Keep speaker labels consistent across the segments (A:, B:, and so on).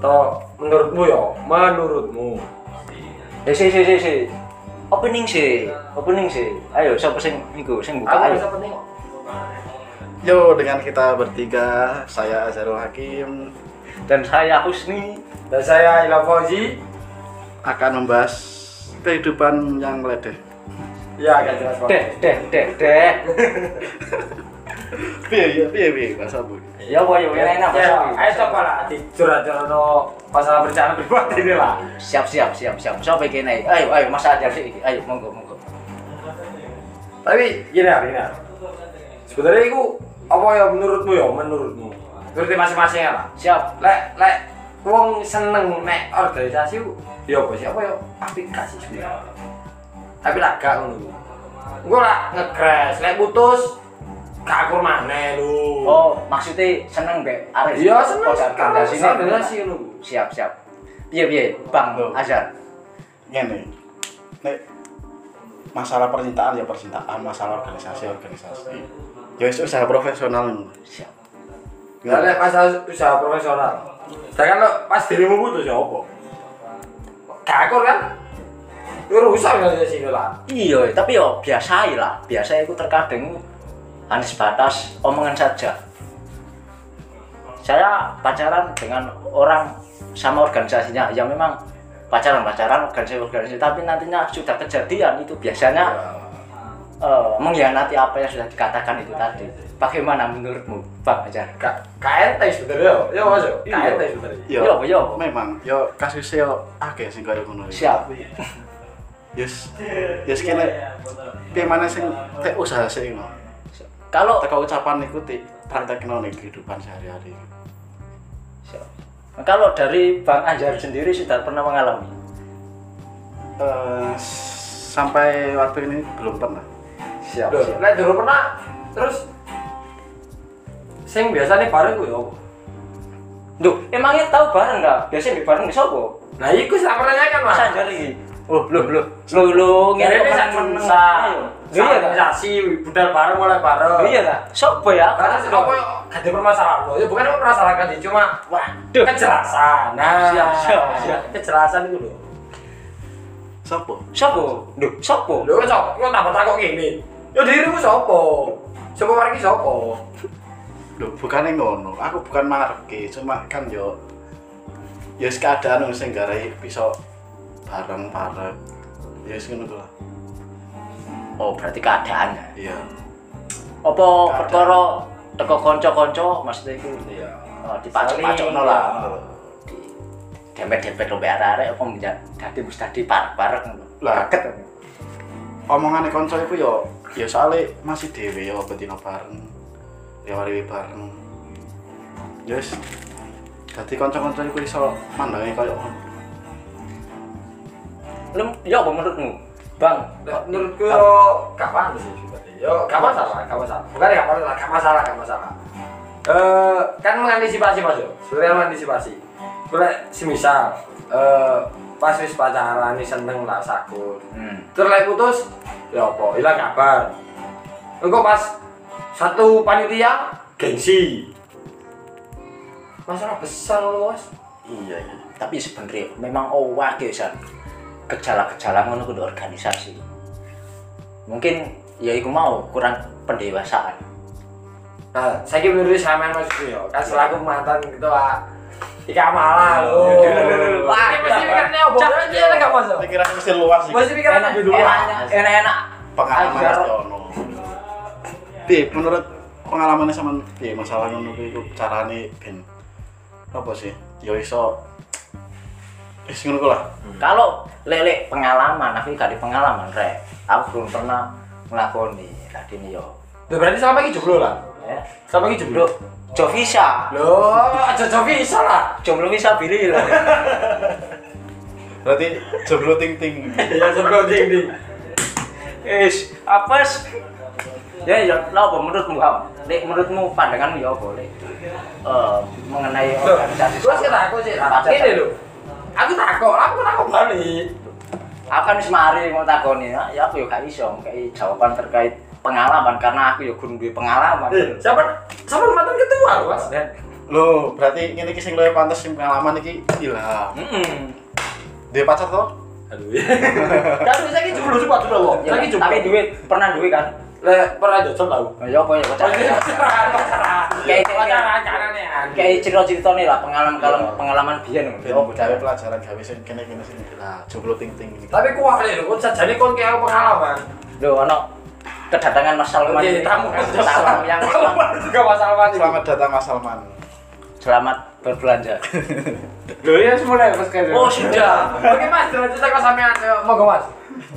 A: Toh menurutmu yo, menurutmu.
B: Eh si si si si. Opening sih, opening sih. Ayo siapa sing niku sing buka
A: Aku
B: ayo.
A: bisa penting.
C: Yo dengan kita bertiga, saya Azharul Hakim
B: Dan saya Husni.
A: Dan saya Ilham Fauzi.
C: akan membahas kehidupan yang meledeh.
A: Ya agak jelas
B: Deh
A: banget.
B: deh deh deh.
C: Piye ya, piye piye Mas Abu.
B: Ya apa yo enak enak.
A: Ya,
B: Mas.
A: ayo coba lah di curhat-curhat no masalah bencana pribadi ini lah.
B: Siap siap siap siap. Siapa iki naik? Ayo ayo Mas Ajar sih iki. Ayo monggo monggo.
A: Tapi gini ya, gini ya. Sebenarnya itu apa ya menurutmu ya, menurutmu. Menurut masing-masing ya lah.
B: Siap.
A: Lek lek wong seneng nek organisasi ku, ya apa sih apa ya aplikasi sebenarnya. Tapi lah gak ngono. Engko lah ngegres, lek putus gak akur maneh lu.
B: Oh, maksudnya seneng be arek.
A: Iya seneng kalau
B: organisasi.
A: organisasi ngono.
B: Siap siap. Piye piye Bang
C: Loh.
B: Azhar.
C: Ngene. Nek masalah percintaan ya percintaan, masalah organisasi ya organisasi. Ya wis usaha profesional.
B: Siap.
A: Lah Ya, lek pas usaha profesional. Sedangkan lo pas dirimu putus ya apa? Gak akur kan? Lu rusak organisasi lu lah.
B: Iya, tapi yo biasa lah. Biasa aku terkadang hanya sebatas omongan saja. Saya pacaran dengan orang sama organisasinya, ya memang pacaran-pacaran organisasi-organisasi, tapi nantinya sudah kejadian itu biasanya eh, mengkhianati apa yang sudah dikatakan itu tadi. Bagaimana menurutmu, Bang Ajar?
A: Gak gak enteng sebenarnya. Ya Mas. Gak
C: Iya.
A: enteng sebenarnya.
C: Yo,
B: Yo, yo.
C: memang yo kasusnya yo akeh sing kaya ngono. iki.
B: Siap.
C: Yes. Yes kene piye mana sing tek usaha sik ngono.
B: Kalau
C: Teko ucapan iku ti praktekno ning kehidupan sehari-hari.
B: Siap. kalau dari Bang Anjar sendiri sudah pernah mengalami?
C: Eh, s- sampai waktu ini belum pernah.
B: Siap,
A: Loh,
B: siap.
A: nek dulu pernah terus sing biasane bareng ku ya apa?
B: Duh, emangnya tahu bareng nggak? Biasanya di bareng sopo?
A: Nah, iku sak pertanyaan kan, Mas.
B: Masa aja lagi. Oh, lo lo lo lo
A: Ngene iki sak mensa.
B: Iya ta?
A: Organisasi budal bareng mulai bareng.
B: Iya ta? Sopo ya?
A: Karena sih apa ya ada permasalahan lo. Ya bukan apa permasalahan kan sih, cuma
B: Waduh.
A: kejelasan. Nah,
B: Siap, siap, siap.
A: Kejelasan itu lho.
C: Sopo?
B: Sopo? Duh, sopo?
A: Lho, kok kok tambah takok ngene. Ya dirimu sapa? Sapa mariki sapa?
C: Loh, bukannya ngono. Aku bukan marke, cuma kan yo ya wis keadaan wong sing garai bisa bareng-bareng. Ya wis ngono ku lah.
B: Oh, berarti keadaan ya.
C: Iya.
B: Apa perkara teko kanca-kanca maksudnya iku?
A: Iya.
B: Oh, dipacok-pacokno lah. Dempet-dempet lombe arek-arek apa menjak dadi mesti dadi parek-parek ngono.
C: Lah.
B: Kaget.
C: Omongane kanca iku yo ya soalnya masih dhewe yo betino bareng. Ya wari bareng. Ya wis. Dadi kanca-kanca iku iso mandange koyo ngono.
B: Lem, ya apa menurutmu? Bang,
A: Nah, menurutku yo gak pantas sih sebenarnya. Yo gak masalah, gak masalah. Bukan gak masalah, gak masalah, gak masalah. Eh kan mengantisipasi Mas yo. Sebenarnya kan mengantisipasi. Boleh semisal eh pas wis pacaran ini seneng lah sakur.
B: Hmm.
A: Terus lek putus ya apa? Hilang kabar. Engko pas satu panitia gengsi. Masalah besar loh, Mas.
B: iya iya. tapi sebenarnya memang oh wakil san gejala-gejala ngono kudu organisasi mungkin ya iku mau kurang pendewasaan
A: Nah, saya kira menurut saya main mas yo. Kan selaku mantan gitu ah. Ika malah lo.
C: Ya, dulu,
A: iya,
C: dulu, dulu.
A: Wah, ini mesti pikirannya iya, apa? Jangan dia lah kamu masuk.
C: Pikiran mesti luas iki.
A: Mesti pikirannya di luar.
B: enak enak
C: pengalaman
B: Agar-
C: pasti ono. Piye menurut pengalamannya sama piye masalah ngono kuwi iku carane ben apa sih? Ya iso wis ngono ku lah.
B: kalau lele pengalaman aku gak ada pengalaman rek aku belum pernah ngelakoni tadi nih yo
A: Loh, berarti sama lagi jomblo lah.
B: ya
A: Sama lagi jomblo.
B: jomblo jovisa
A: Lo, aja jomblo bisa lah.
B: jomblo bisa pilih lah
C: Berarti jeblo ting-ting.
A: Iya jomblo ding ding.
B: is apa sih? ya ya lah apa menurutmu Ham? Lek, menurutmu pandanganmu ya apa lek Eh, mengenai
A: Loh,
B: organisasi
A: terus kita aku sih.
B: Apa?
A: Ini lo. Aku takut, aku takut balik.
B: aku kan semari mau takoni ya ya aku ya gak iso kayak jawaban
A: Iya.
B: terkait pengalaman karena aku ya kurang duwe pengalaman
A: Eh, Siapa? Siapa mantan ketua lo mas?
C: Loh, berarti ngene iki sing luwih pantes sing pengalaman iki ilang.
B: Mm-mm.
C: Dia pacar toh?
A: aduh ya
B: Tapi saya ini dulu coba dulu loh.
A: Saya ini jumlah.
B: Tapi duit pernah duit kan?
A: pernah jodoh tau
B: Nah, Ya apa ya pacaran?
A: pacaran pacaran
B: Kayak-
A: pacaran pacaran ya
B: Kayak cerita-cerita nih lah pengalaman
C: Iya.
B: pengalaman pengalaman biyen ngono. Ya
C: Yo,
B: apa
C: Oh, gawe pelajaran gawe sing kene-kene sing lah, jomblo ting-ting iki.
A: tapi kuah nih kau jadi kau kayak pengalaman
B: Lho ono kedatangan Mas Salman.
A: Jadi tamu kan
B: Tamu yang
A: Tamu juga masalah mati
C: Selamat datang Mas Salman.
B: selamat berbelanja.
D: Loh ya semuanya pas kayak
A: oh sudah oke mas jelas jelas kau sampean Ayo, monggo mas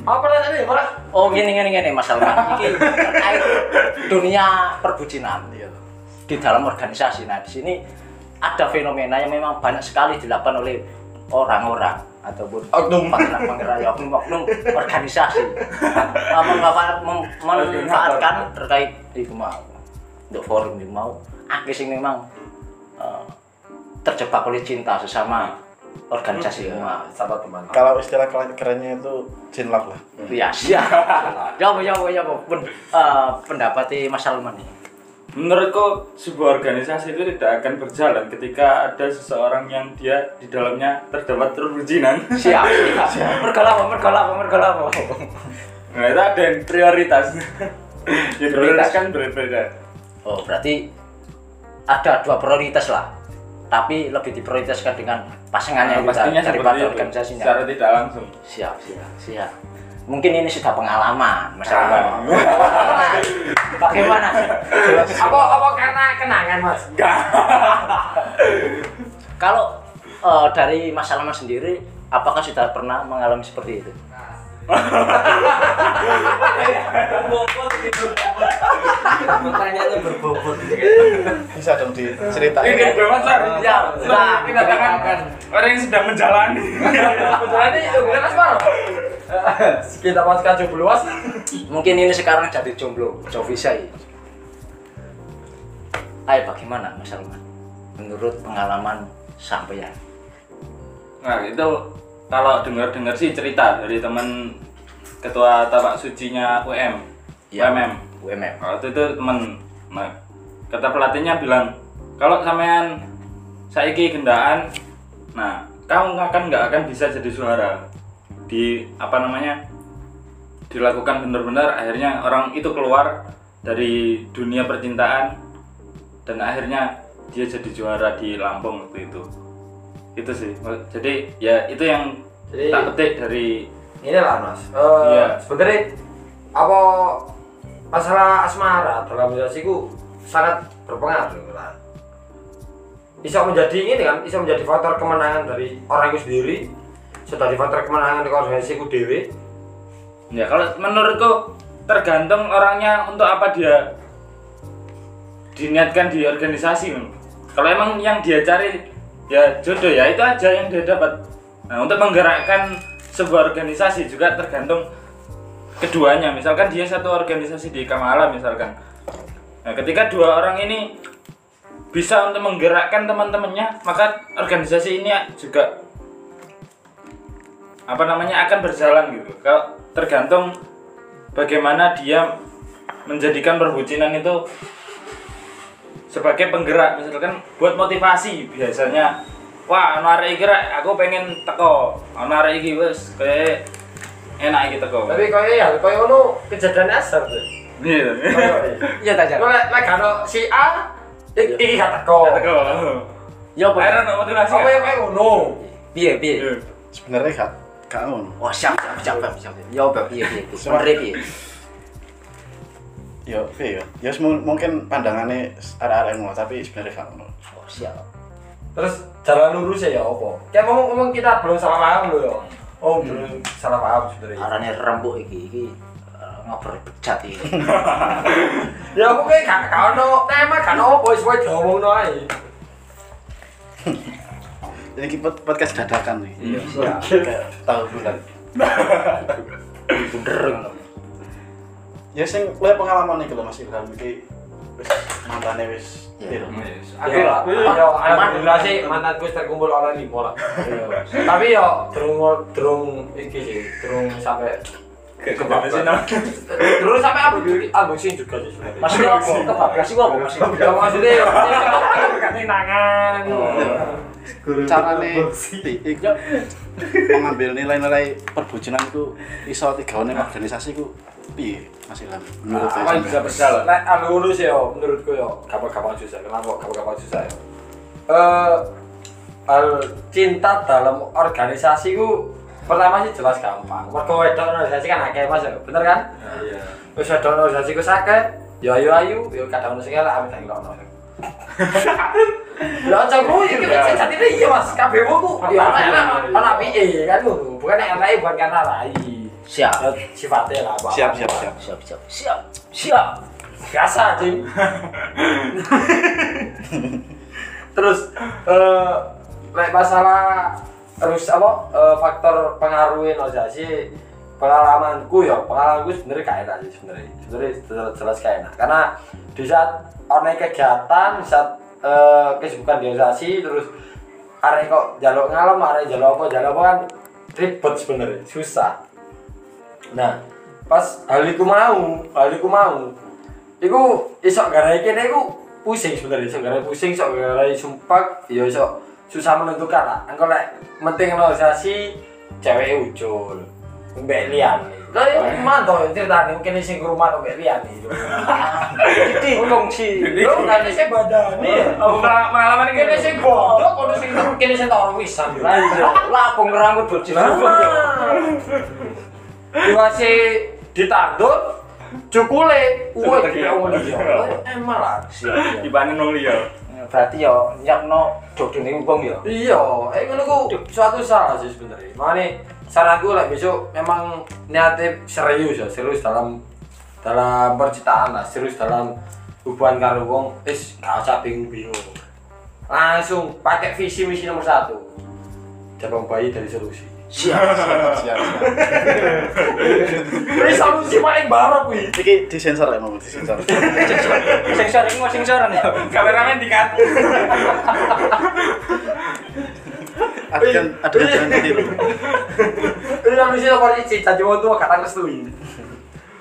A: apa rasanya nih malah
B: Oh gini gini gini Mas Salman. Iki terkait dunia perbucinan. ya.
C: Iya.
B: di dalam organisasi. Nah, di sini ada fenomena yang memang banyak sekali dilakukan oleh orang-orang ataupun
C: Oknum.
B: pangeran-pangeran ya, oknum-oknum organisasi Nah, memanfaat- mem- memanfaatkan terkait itu mau untuk forum itu mau akhirnya sing memang eh, terjebak oleh cinta sesama organisasi mau
A: sahabat teman
C: Kalau istilah keren- kerennya itu jinlak lah.
B: ya siap Ya jawab jawab jawab Pen- eh, pendapatnya Mas Salman nih
D: Menurutku sebuah organisasi itu tidak akan berjalan ketika ada seseorang yang dia di dalamnya terdapat perbucinan.
B: siap siap pergolamo pergolamo pergolamo
D: Nah itu ada yang prioritas. yang
B: Prioritas.
D: prioritas kan berbeda.
B: Oh, berarti ada dua prioritas lah. Tapi lebih diprioritaskan dengan pasangannya
D: Nah,
B: kita
D: pastinya seperti Ah.
B: daripada
D: itu.
B: organisasinya.
D: Secara tidak langsung.
B: Siap, siap, siap. Mungkin ini sudah pengalaman, Mas
D: Ah.
B: Alwan. Bagaimana?
A: apa apa karena kenangan mas
B: Kalau eh, dari Mas Alwan sendiri, apakah sudah pernah mengalami seperti itu?
A: pertanyaannya berbobot
C: Bisa dong diceritain.
D: Ini gue mas Ar.
B: Ya,
A: Nah, kita katakan
D: orang yang sedang menjalani.
A: kebetulan ini bukan asmara kita pas kacau beluas
B: Mungkin ini sekarang jadi jomblo, Jovisai. Ayo bagaimana Mas Alwan? Menurut pengalaman sampeyan.
D: Nah itu kalau dengar-dengar sih cerita dari teman ketua tapak sucinya UM,
B: Iya.
D: UMM.
B: UMM.
D: waktu itu temen nah, kata pelatihnya bilang kalau sampean saiki gendaan nah kamu akan nggak akan bisa jadi suara di apa namanya dilakukan benar-benar akhirnya orang itu keluar dari dunia percintaan dan akhirnya dia jadi juara di Lampung waktu itu itu sih jadi ya itu yang
A: Jadi-
D: tak petik dari
A: ini lah mas Eh,
D: Iya.
A: sebenarnya apa masalah asmara dalam relasiku sangat berpengaruh lah bisa menjadi ini kan bisa menjadi faktor kemenangan dari orangku sendiri sudah di faktor kemenangan di organisasiku dewi
D: ya kalau menurutku tergantung orangnya untuk apa dia diniatkan di organisasi men. kalau emang yang dia cari ya jodoh ya itu aja yang dia dapat nah untuk menggerakkan sebuah organisasi juga tergantung keduanya misalkan dia satu organisasi di Kamala misalkan nah ketika dua orang ini bisa untuk menggerakkan teman-temannya maka organisasi ini juga apa namanya akan berjalan gitu kalau tergantung bagaimana dia menjadikan perbucinan itu sebagai penggerak misalkan buat motivasi biasanya wah ana arek iki rek, aku pengen teko ana arek iki wis kayak enak iki teko
A: tapi kaya ya kaya ono kejadian asal tuh
D: iya
B: Iya, Tajar.
A: Kau lek lek karo si A, ik- iki Iya. gak teko.
D: teko
B: Ya apa?
D: akhirnya no motivasi
A: Apa
D: ya?
A: yang kayak ngono?
B: Piye, piye?
D: Iya.
C: Sebenarnya gak gak ngono.
B: Oh siap siap siap siap siap. Ya Beb, iya iya. iya.
C: Siap.
B: Menteri piye?
C: Ya, oke ya. Ya semu- mungkin pandangannya arek-arek ngono, tapi sebenarnya gak ngono.
B: Oh siap.
A: Terus jalan lurusnya ya apa? Kayak ngomong ngomong kita belum salah paham loh ya. Oh, belum salah paham sebenarnya.
B: Arane rembuk iki iki eh, ngobrol bejat iki.
A: Ya aku kayak gak gak ono tema, gak ono apa wis wae diomongno ae.
C: Ini ki pod- podcast dadakan nih. Nah,
D: Iya.
C: Kayak tahu bulan.
B: Bunder ngono.
C: Ya sing luwih pengalaman iki lho Mas Ilham iki wis mantane wis
B: Iya.
C: piro?
A: Aku
B: Iya.
A: lah, ya alhamdulillah sih mantanku wis terkumpul oleh lima lah. Tapi ya durung durung iki sih, durung sampai
D: Kebabasan apa?
A: Terus sampai abu abusin juga sih sebenarnya.
B: Maksudnya apa? Kebablas sih apa maksudnya?
A: Ya maksudnya ya, ganti tangan.
C: carane iku
B: Iya.
C: mengambil nilai-nilai perbucinan itu iso tigaone organisasi ku piye Mas Ilham Iya. menurut
A: Nah,
D: Apa yang bisa
C: saya
D: berjalan?
A: Nah, anu urus ya, menurutku ya, gampang-gampang susah. Kenapa gampang-gampang susah ya? Eh, hal cinta dalam organisasi ku pertama sih jelas gampang. Mergo wedok organisasi kan akeh Mas, ya, bener kan?
D: Iya.
A: Wis wedok organisasi ku sakit, ya ayo ayo, ya kadang ono sing elek ame tak ngelokno. Lah cangku iki wis jatine iya Mas, kabeh wong ku ya ana ana piye kan ngono. Bukan nek eleke bukan karena rai.
B: Siap.
A: Ya, Sifatnya lah apa.
C: siap siap siap
B: Siap, siap, siap, siap.
A: biasa cing terus eh nek masalah terus apa eh, faktor pengaruh organisasi pengalamanku ya pengalamanku sebenarnya gak enak sih sebenarnya sebenarnya jelas, jelas gak enak karena di saat ada kegiatan di saat eh, kesibukan di organisasi terus arek kok jaluk ngalem arek jaluk apa jaluk apa kan ribet sebenarnya susah Nah, pas haliku mau, haliku mau. Iku isok gara kene iku pusing sebenarnya, isok gara pusing, isok gara sumpah, ya isok susah menentukan lah. Engko lek penting organisasi cewek ujul. Mbak Lian. Lah ya gimana toh ceritanya mungkin sing ke rumah Mbak Lian iki.
B: Jadi kongsi.
A: Lu kan sing badane.
D: Oh, pengalaman ini
A: Kene sing bodoh, kono sing kene sing tau wisan. Lah iya.
B: Lah aku ngerangkut bocil.
A: Diwasi ditandur, cukule, uwe
D: Cukule.
A: diawon iya. Emang lah.
B: Siap.
D: Dipanen nol ya.
B: Berarti ya nyakno dodone wong ya.
A: Iya, eh ngono ku suatu salah sih sebenarnya. Makane saranku lek besok memang niate serius ya, serius dalam dalam percintaan lah, serius dalam hubungan karo wong, is gak usah bingung-bingung. Langsung pakai visi misi nomor satu. Cabang bayi dari solusi.
B: Siap.
C: siap siap
A: Ini solusi paling barok kuwi.
C: iki disensor ya mau disensor
B: Sensor ini mau sensoran ya.
D: Kameramen dikat.
C: adegan adegan tiru
A: Ini solusi nomor siji, janji wong tuwa kadang restui.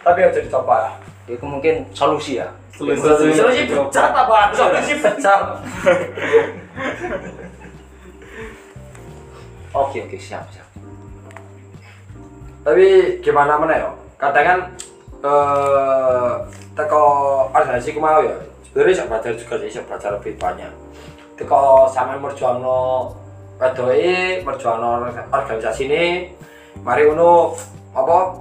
A: Tapi aja dicoba.
B: Itu mungkin solusi ya.
A: Solusi solusi pecat apa? Solusi pecat.
B: Oke, oke, siap, siap.
A: tapi gimana mana ya kadang kan eh teko organisasi ku mau ya sebenarnya bisa belajar juga sih bisa belajar lebih banyak teko sama merjuangno wedoi merjuangno organisasi ini mari uno apa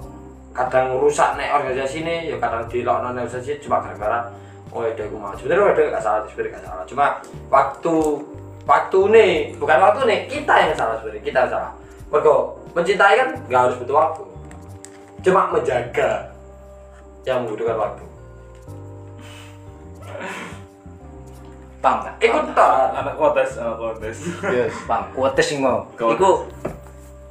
A: kadang rusak nek organisasi ini ya kadang dilokno nek organisasi cuma gara-gara oh ya aku mau sebenarnya wedoi gak salah sebenarnya gak salah cuma waktu waktu nih bukan waktu nih kita yang salah sebenarnya kita yang salah Mergo mencintai kan nggak harus butuh waktu. Cuma menjaga yang membutuhkan waktu.
B: Paham kan?
A: Ikut tak?
D: Anak kotes, anak kotes.
C: yes
B: Paham. Kuates sing mau.
D: Kuates.
B: Iku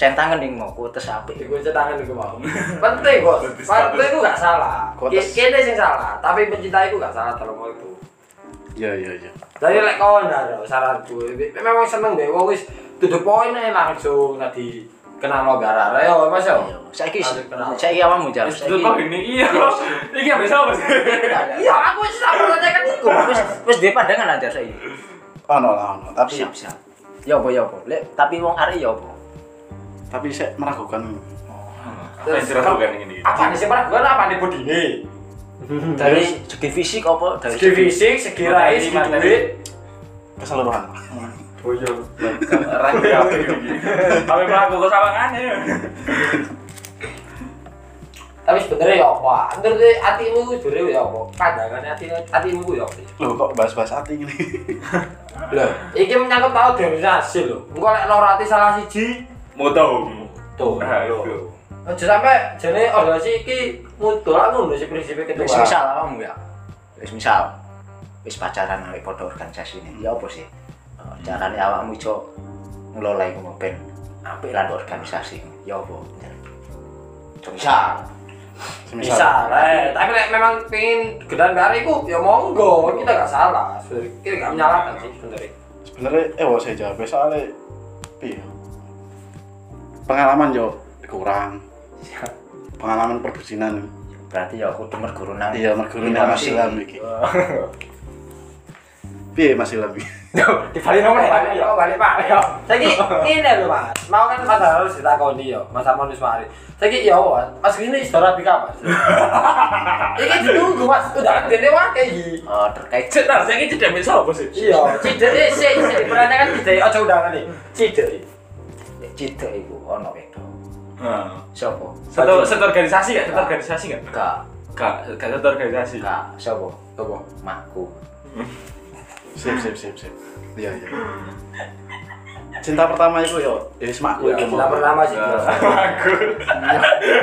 B: centangan ning mau kuates apik.
A: Iku tangan iku mau. Penting bos. Waktu itu nggak salah.
C: Kuates.
A: Kita sing salah. Tapi mencintai ku nggak salah dalam waktu.
C: iya iya iya
A: Jadi ya, lek kau ndak saranku. Memang seneng deh. Wong wis tujuh poin aja langsung tadi kenal lo gara ya mas ya.
B: Iya, Saiki
A: Aduh, kenapa?
B: saiki awakmu jar.
D: Itu kok
B: Saiki.
D: ini iya. Iki apa sih apa sih?
A: Iya aku wis tak percayakan iku.
B: Oh, Wis wis dhewe pandangan aja saiki.
C: ono lah ono tapi
B: Siap, siap. Ya apa ya apa. Lek tapi wong arek ya apa?
C: tapi saya meragukan
D: Apa yang dirasakan ini?
A: Apa nih sih pernah gue apa nih budine?
B: Dari segi fisik apa dari
A: Segi fisik, segi rai, segi
D: Materi, materi.
A: duit.
C: keseluruhan
A: Oh iya.
D: Randy ya, apa ini? Apa yang melakukan kesawangannya?
A: Tapi sebenarnya ya apa? Menurut hatimu itu sebenarnya ya apa? Pandangan hati hatimu itu ya apa?
C: Loh kok bahas-bahas hati ini
A: Loh, iki menyangkut tau dewisasi lho. Engko lek loro ati salah siji,
D: Moto.
A: tuh.
D: Nah,
A: lho.
D: itu.
A: Aja sampe jene organisasi iki mutu lah ngono sih prinsipe ketua.
B: Wis misal awakmu ya. Wis misal. Wis pacaran ambek padha organisasi ini. Ya apa sih? Eh, Carane awakmu iso ngelola iku mau ben apik lan organisasi. Ya apa? Cuma misal.
A: Bisa, eh. tapi lek memang pengin gedan kari iku ya monggo, kita gak salah. Sebenarnya Kita gak menyalahkan sih sebenarnya.
C: sebenarnya eh wah saya jawab soalnya iya. Iya. piye pengalaman yo kurang pengalaman perbucinan
B: berarti ya aku demer guru nang
C: iya mergulune Mas Ilham iki piye Mas Ilham iki
B: di balik nomor
A: Balik, yo, balik Pak. Yo. Saiki ngene lho, Mas. Mau kan Mas harus ditakoni yo, Mas Amon Ismari. Saiki yo, Mas. Mas gini sudah rapi kapan? Iki ditunggu, Mas. Udah dene wae iki.
B: oh terkait
D: Cetar saya ini tidak bisa apa sih?
A: Iya, cidere sik sik diperhatikan cidere aja undangan iki. Cidere.
B: cita iku ono wedo
D: Nah,
B: sapa
D: satu satu organisasi nggak? Satu organisasi nggak?
B: gak
D: Nggak, nggak satu organisasi.
B: gak sapa
A: Apa?
B: makku
C: sip sip sip sip iya iya cinta pertama iku yo ya wis makku
A: Ya,
C: iku
A: cinta
C: mau.
A: pertama sih.
D: Nah,
A: jelas.
D: Aku.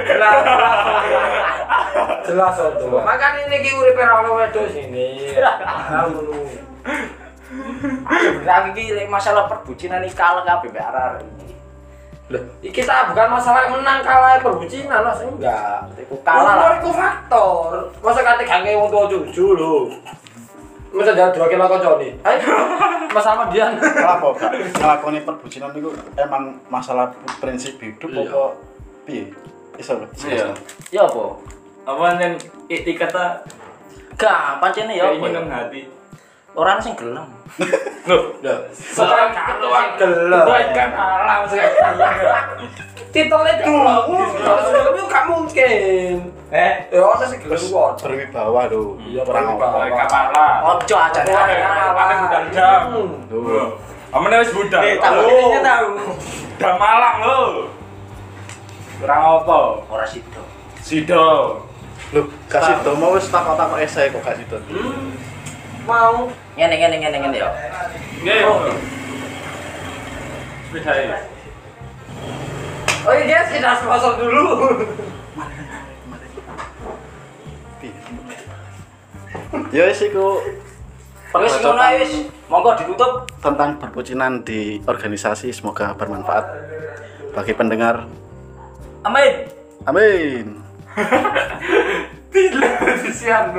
A: Jelas. jelas. Jelas tuh. Makane niki uripe ra ono wedhus ini. Tahu ngono.
B: sebenarnya iki lek masalah perbucinan iki kalah kabeh mbek arek iki
A: Loh, iki tak bukan masalah menang kalah perbucinan lah enggak.
B: iku kalah
A: Umur
B: lah
A: iku faktor. Masa kate gange wong tuwa cucu lho. Masa jalan 2 kilo kocone. Ayo. Masalah dia.
C: Kenapa Kak? Ngelakoni perbucinan itu emang masalah prinsip hidup
A: Iya.
C: apa piye? Iso lho.
D: Iya.
B: ya apa
D: Apa yang etikata
B: gak pancene ya
D: keinginan
B: apa
D: hati?
B: orang sing gelem
D: Loh,
A: Bukan ketua gelem.
D: kan alam
A: Titelnya dulu. Kalau sebelum itu gak mungkin.
D: Eh,
A: Ya ono sing gelem
C: Terus
A: kok.
C: berwibawa lho.
A: Iya,
C: Perang
A: berwibawa.
C: apa?
D: mereka parah.
B: ojo aja
D: Ojo. Pakai undang-undang.
A: Hmm.
C: Lho.
D: Amane wis budak.
B: Eh, tahu
D: Lho,
B: kayaknya tahu.
D: Udah malang lo. Kurang apa?
B: ora sido
D: Sido.
C: Lho, kasih do mau wis takok-takok esai kok kasih do.
B: Hmm.
A: Mau.
B: ngene ngene ngene ngene ya
D: Nggih.
B: Oh.
D: Sepeda ya.
A: Oh iya guys, kita sponsor dulu.
C: Piye? Ya wis iku
B: wis ngono ae, wis monggo ditutup
C: tentang perbucinan di organisasi semoga bermanfaat bagi pendengar.
B: amin
C: Amin.
D: Tidak, sian.